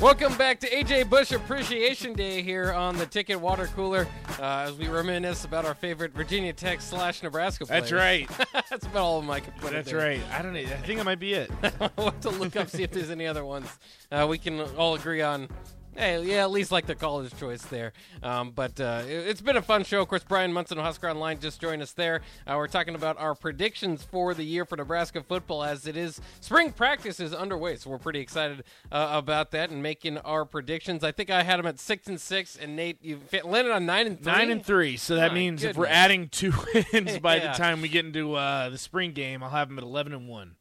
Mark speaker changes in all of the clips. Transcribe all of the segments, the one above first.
Speaker 1: Welcome back to AJ Bush Appreciation Day here on the Ticket Water Cooler uh, as we reminisce about our favorite Virginia Tech slash Nebraska players.
Speaker 2: That's right.
Speaker 1: That's about all of my complaints.
Speaker 2: That's right. I don't. know. I think it might be it.
Speaker 1: we'll have to look up see if there's any other ones uh, we can all agree on. Hey, yeah, at least like the college choice there. Um, but uh, it, has been a fun show. Of course, Brian Munson of Husker Online just joined us there. Uh, we're talking about our predictions for the year for Nebraska football as it is spring practice is underway. So we're pretty excited uh, about that and making our predictions. I think I had them at six and six, and Nate, you fit, landed on nine and three.
Speaker 2: Nine and three. So that
Speaker 1: My
Speaker 2: means if we're
Speaker 1: goodness.
Speaker 2: adding two wins by
Speaker 1: Yeah.
Speaker 2: the time we get into uh, the spring game, I'll have them at eleven and one.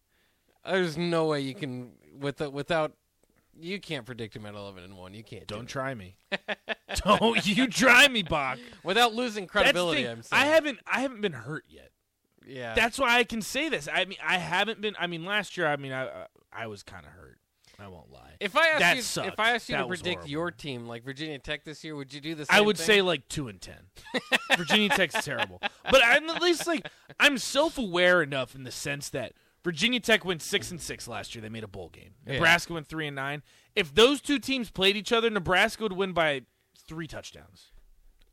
Speaker 1: There's no way you can with without. You can't predict him at eleven and one. You can't. do
Speaker 2: Don't
Speaker 1: it.
Speaker 2: try me. don't you try me, Bach.
Speaker 1: without losing
Speaker 2: That's the
Speaker 1: credibility.
Speaker 2: thing.
Speaker 1: I'm saying.
Speaker 2: I haven't. I haven't been hurt yet.
Speaker 1: Yeah.
Speaker 2: That's why I can say this. I mean, I haven't been. I mean, last year, I mean, I I was kind of hurt. I won't lie.
Speaker 1: If I asked
Speaker 2: That
Speaker 1: you,
Speaker 2: sucked.
Speaker 1: if I asked you
Speaker 2: That
Speaker 1: to
Speaker 2: was
Speaker 1: predict
Speaker 2: horrible.
Speaker 1: your team, like Virginia Tech this year, would you do the same
Speaker 2: I would
Speaker 1: thing?
Speaker 2: say like two and ten. Virginia Tech's terrible, but I'm at least like I'm self-aware enough in the sense that Virginia Tech went six and six last year. They made a bowl game.
Speaker 1: Yeah.
Speaker 2: Nebraska went three and nine. If those two teams played each other, Nebraska would win by three touchdowns.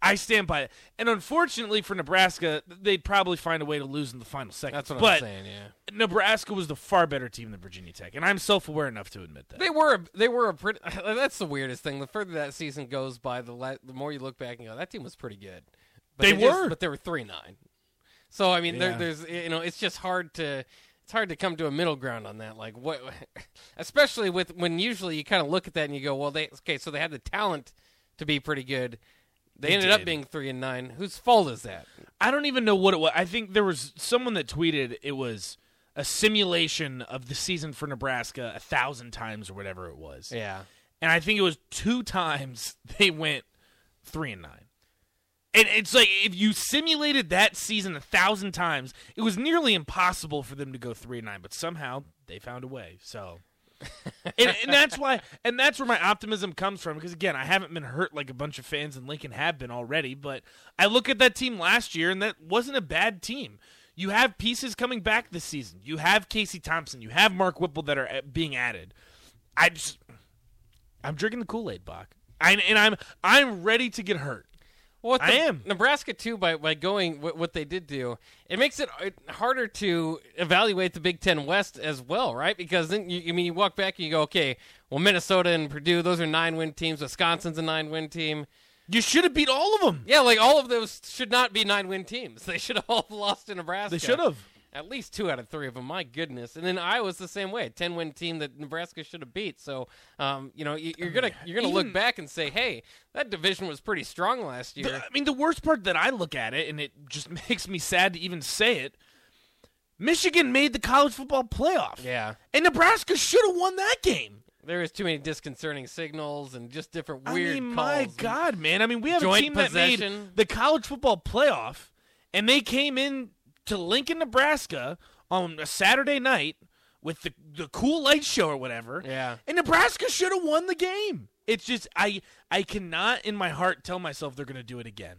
Speaker 2: I stand by it. And unfortunately for Nebraska, they'd probably find a way to lose in the final second.
Speaker 1: that's what
Speaker 2: but
Speaker 1: I'm saying. Yeah,
Speaker 2: Nebraska was the far better team than Virginia Tech, and I'm self-aware enough to admit that.
Speaker 1: they were a, they were a pretty. That's the weirdest thing. The further that season goes by, the la- the more you look back and go, that team was pretty good. But
Speaker 2: They
Speaker 1: just-
Speaker 2: were.
Speaker 1: but they were three nine. So I mean, there,
Speaker 2: Yeah.
Speaker 1: there's you know, it's just hard to it's hard to come to a middle ground on that. Like what, especially with when usually you kind of look at that and you go, well, they okay, so they had the talent to be pretty good. They,
Speaker 2: They
Speaker 1: ended up
Speaker 2: did.
Speaker 1: being three and nine. Whose fault is that?
Speaker 2: I don't even know what it was. I think there was someone that tweeted it was a simulation of the season for Nebraska a thousand times or whatever it was.
Speaker 1: Yeah.
Speaker 2: And I think it was two times they went three and nine. And it's like if you simulated that season a thousand times, it was nearly impossible for them to go three and nine, but somehow they found a way. So and, and that's why and that's where my optimism comes from because again i haven't been hurt like a bunch of fans in lincoln have been already but i look at that team last year and that wasn't a bad team you have pieces coming back this season you have casey thompson you have mark whipple that are uh, being added i just i'm drinking the kool-aid Bach. I, and i'm i'm ready to get hurt
Speaker 1: Well, with
Speaker 2: I
Speaker 1: the-
Speaker 2: am.
Speaker 1: Nebraska too by by going what, what they did do. It makes it uh, harder to evaluate the Big Ten West as well, right? Because then you, I mean, you walk back and you go, okay, well, Minnesota and Purdue, those are nine win teams. Wisconsin's a nine win team.
Speaker 2: you should have beat all of them
Speaker 1: Yeah, like all of those should not be nine win teams. They should have all lost to Nebraska.
Speaker 2: they should have
Speaker 1: At least two out of three of them. My goodness. And then Iowa's the same way. Ten win team that Nebraska should have beat. So, um, you know, you, you're gonna you're gonna look
Speaker 2: even-
Speaker 1: back and say, hey, that division was pretty strong last year.
Speaker 2: The- I mean, the worst part that I look at it, and it just makes me sad to even say it. Michigan made the college football playoff,
Speaker 1: yeah.
Speaker 2: and Nebraska should have won that game.
Speaker 1: There is too many disconcerting signals and just different weird
Speaker 2: I mean,
Speaker 1: calls.
Speaker 2: my God, man! I mean, we have a
Speaker 1: Joint
Speaker 2: team that
Speaker 1: possession.
Speaker 2: made the college football playoff, and they came in to Lincoln, Nebraska, on a Saturday night with the the cool light show or whatever.
Speaker 1: Yeah.
Speaker 2: and Nebraska should have won the game. It's just I I cannot in my heart tell myself they're going to do it again.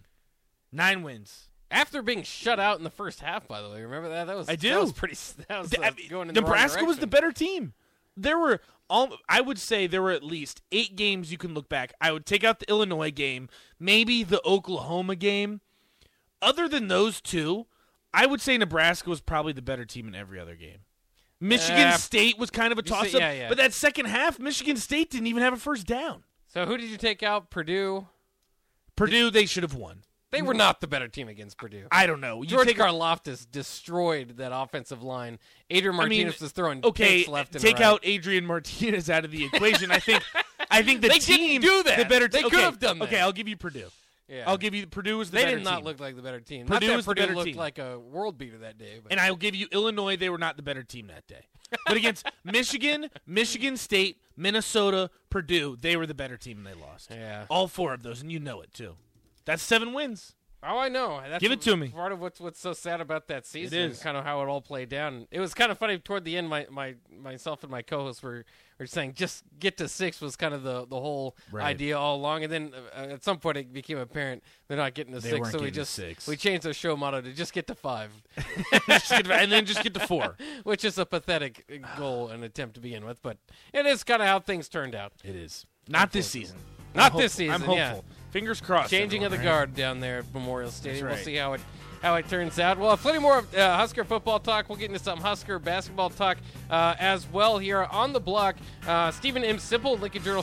Speaker 2: Nine wins.
Speaker 1: After being shut out in the first half, by the way, remember that? That was
Speaker 2: I
Speaker 1: That
Speaker 2: do.
Speaker 1: was pretty. s- That was
Speaker 2: Th-
Speaker 1: uh,
Speaker 2: I mean,
Speaker 1: going in
Speaker 2: Nebraska
Speaker 1: the wrong
Speaker 2: was the
Speaker 1: direction.
Speaker 2: better team. There were all I would say there were at least eight games you can look back. I would take out the Illinois game, maybe the Oklahoma game. Other than those two, I would say Nebraska was probably the better team in every other game. Michigan
Speaker 1: Yeah.
Speaker 2: State was kind of
Speaker 1: Eh,
Speaker 2: a
Speaker 1: You say-
Speaker 2: toss up,
Speaker 1: yeah, yeah.
Speaker 2: but that second half, Michigan State didn't even have a first down.
Speaker 1: So who did you take out? Purdue.
Speaker 2: Purdue, they should have won.
Speaker 1: They were not the better team against Purdue.
Speaker 2: Mm. I don't know. You
Speaker 1: George
Speaker 2: take
Speaker 1: Karloftis destroyed that offensive line. Ader Martinez was throwing
Speaker 2: okay,
Speaker 1: picks left and
Speaker 2: take
Speaker 1: right.
Speaker 2: out Adrian Martinez out of the equation. I think I think the
Speaker 1: They didn't
Speaker 2: team
Speaker 1: do that.
Speaker 2: The better
Speaker 1: They
Speaker 2: okay,
Speaker 1: could have done that.
Speaker 2: Okay, I'll give you Purdue.
Speaker 1: Yeah.
Speaker 2: I'll give you Purdue was the
Speaker 1: They
Speaker 2: better
Speaker 1: did not
Speaker 2: team.
Speaker 1: look like the better team.
Speaker 2: Purdue
Speaker 1: not that
Speaker 2: was the
Speaker 1: Purdue
Speaker 2: better
Speaker 1: looked
Speaker 2: team.
Speaker 1: like a world beater that day. But
Speaker 2: and I'll give you Illinois. They were not the better team that day. But against Michigan, Michigan State, Minnesota, Purdue, they were the better team and they lost.
Speaker 1: Yeah.
Speaker 2: All four of those, and you know it too. That's seven wins.
Speaker 1: Oh, I know. That's
Speaker 2: Give it to me.
Speaker 1: Part of what's what's so sad about that season
Speaker 2: is.
Speaker 1: kind of how it all played down. It was kind of funny toward the end. My, my myself and my co-host were were saying just get to six was kind of the the whole
Speaker 2: Right.
Speaker 1: idea all along, and then uh, at some point it became apparent they're not getting to
Speaker 2: They
Speaker 1: 6
Speaker 2: weren't
Speaker 1: so we
Speaker 2: getting to
Speaker 1: just
Speaker 2: six.
Speaker 1: we changed the show motto to just get to five,
Speaker 2: Just get- and then just get to four.
Speaker 1: uh, which is a pathetic goal and attempt to begin with, but it is kind of how things turned out.
Speaker 2: It is. Not this season.
Speaker 1: Not
Speaker 2: I'm hopeful.
Speaker 1: this season,
Speaker 2: I'm hopeful.
Speaker 1: yeah.
Speaker 2: Fingers crossed.
Speaker 1: Changing of the
Speaker 2: everyone, right?
Speaker 1: guard down there at Memorial Stadium. We'll
Speaker 2: That's right.
Speaker 1: see how it how it turns out. We'll have plenty more of, uh, Husker football talk. We'll get into some Husker basketball talk uh, as well here on the block. Uh, Stephen M. Simple, Lincoln Journal.